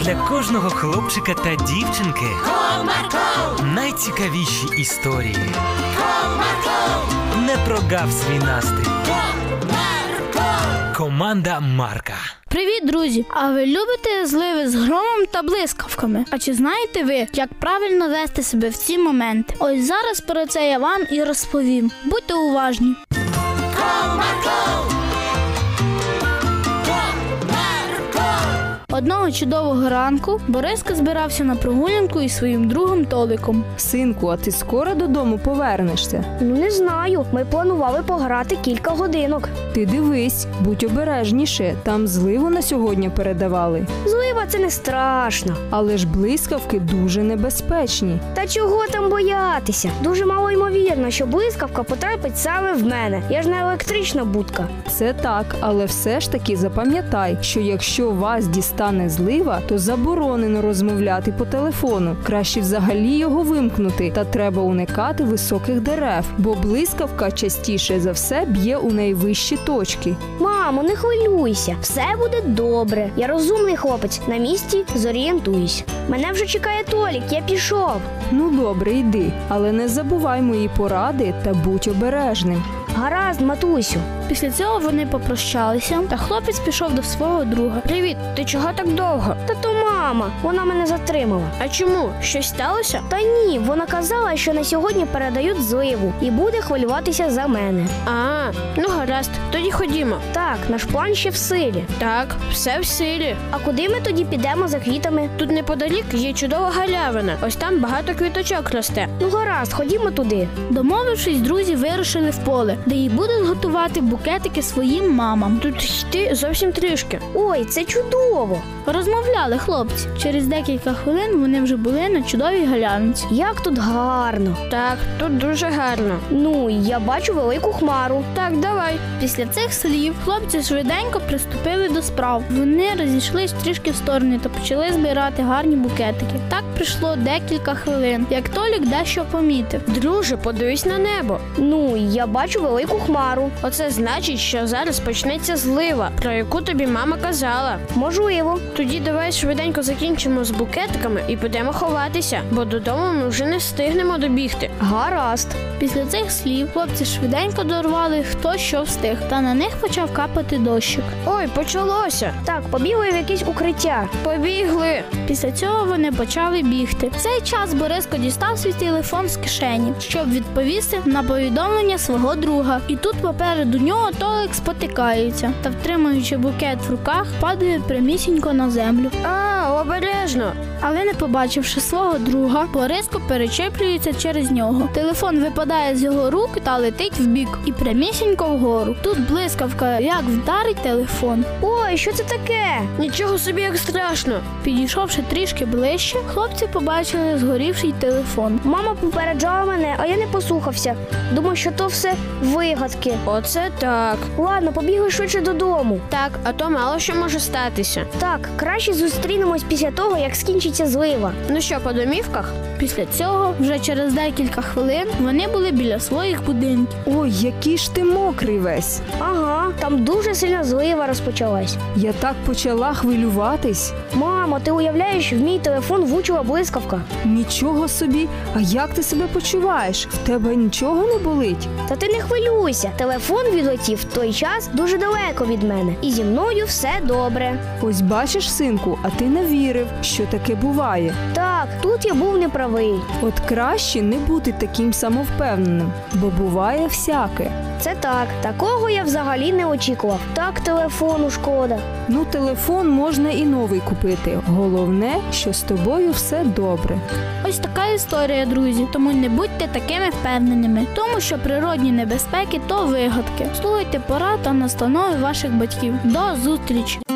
для кожного хлопчика та дівчинки Comarco, найцікавіші історії. Comarco, Не прогав свій настрій. Comarco, Команда Марка. Привіт, друзі! А ви любите зливи з громом та блискавками? А чи знаєте ви, як правильно вести себе в ці моменти? Ось зараз про це я вам і розповім. Будьте уважні. Comarco. Comarco, Одного чудового ранку Бориска збирався на прогулянку із своїм другом Толиком. Синку, а ти скоро додому повернешся? Ну не знаю. Ми планували пограти кілька годинок. Ти дивись, будь обережніше, там зливу на сьогодні передавали. Злива це не страшно. Але ж блискавки дуже небезпечні. Та чого там боятися? Дуже мало ймовірно, що блискавка потрапить саме в мене. Я ж не електрична будка. Це так, але все ж таки запам'ятай, що якщо вас дістане злива, то заборонено розмовляти по телефону. Краще взагалі його вимкнути, та треба уникати високих дерев, бо блискавка частіше за все б'є у найвищі точки. Мамо, не хвилюйся, все буде добре. Я розумний хлопець, на місці зорієнтуюсь. Мене вже чекає Толік, я пішов. Ну добре, йди, але не забувай мої поради та будь обережним. Гаразд, матусю. Після цього вони попрощалися, та хлопець пішов до свого друга. Привіт, ти чого так довго? Та то мама, вона мене затримала. А чому? Щось сталося? Та ні, вона казала, що на сьогодні передають зливу і буде хвилюватися за мене. А, ну гаразд, тоді ходімо. Так, наш план ще в силі. Так, все в силі. А куди ми тоді підемо за квітами? Тут неподалік є чудова галявина. Ось там багато квіточок росте. Ну гаразд, ходімо туди. Домовившись, друзі вирушили в поле, де їй будуть готувати букетики своїм мамам. Тут йти зовсім трішки. Ой, це чудово! Розмовляли хлопці. Через декілька хвилин вони вже були на чудовій галянці. Як тут гарно! Так, тут дуже гарно. Ну, я бачу велику хмару. Так, давай. Після цих слів хлопці швиденько приступили до справ. Вони розійшлись трішки в сторони та почали збирати гарні букетики. Так прийшло декілька хвилин, як Толік дещо помітив. Друже, подивись на небо. Ну, я бачу велику хмару. Оце значить, що зараз почнеться злива, про яку тобі мама казала. Можливо. Тоді давай швиденько закінчимо з букетиками і підемо ховатися, бо додому ми вже не встигнемо добігти. Гаразд. Після цих слів хлопці швиденько дорвали хто що встиг, та на них почав капати дощик. Ой, почалося. Так, побігли в якесь укриття. Побігли. Після цього вони почали бігти. В цей час Бориско дістав свій телефон з кишені, щоб відповісти на повідомлення свого друга. І тут попереду нього Толик спотикається та, втримуючи букет в руках, падає прямісінько на землю. А, обережно. Але не побачивши свого друга, Бориско перечеплюється через нього. Телефон випадає з його рук та летить вбік і прямісінько вгору. Тут блискавка як вдарить телефон. Ой, що це таке? Нічого собі як страшно. Підійшовши трішки ближче, хлопці побачили згорівший телефон. Мама попереджала мене, а я не послухався. Думав, що то все вигадки. Оце так. Ладно, побігли швидше додому. Так, а то мало що може статися. Так, краще зустрінемось після того, як скінчиться злива. Ну що, по домівках? Після цього, вже через декілька хвилин, вони були біля своїх будинків. Ой, який ж ти мокрий весь. Ага, там дуже сильна злива розпочалась. Я так почала хвилюватись. Мамо, ти уявляєш, в мій телефон влучила блискавка. Нічого собі, а як ти себе почуваєш? В тебе нічого не болить? Та ти не хвилюйся. Телефон відлетів в той час дуже далеко від мене, і зі мною все добре. Ось бачиш, синку, а ти не вірив, що таке буває. Так, тут я був неправий. От краще не бути таким самовпевненим, бо буває всяке. Це так. Такого я взагалі не очікував. Так, телефону шкода. Ну, телефон можна і новий купити. Головне, що з тобою все добре. Ось така історія, друзі. Тому не будьте такими впевненими, тому що природні небезпеки то вигадки. Слухайте порад та настанови ваших батьків. До зустрічі!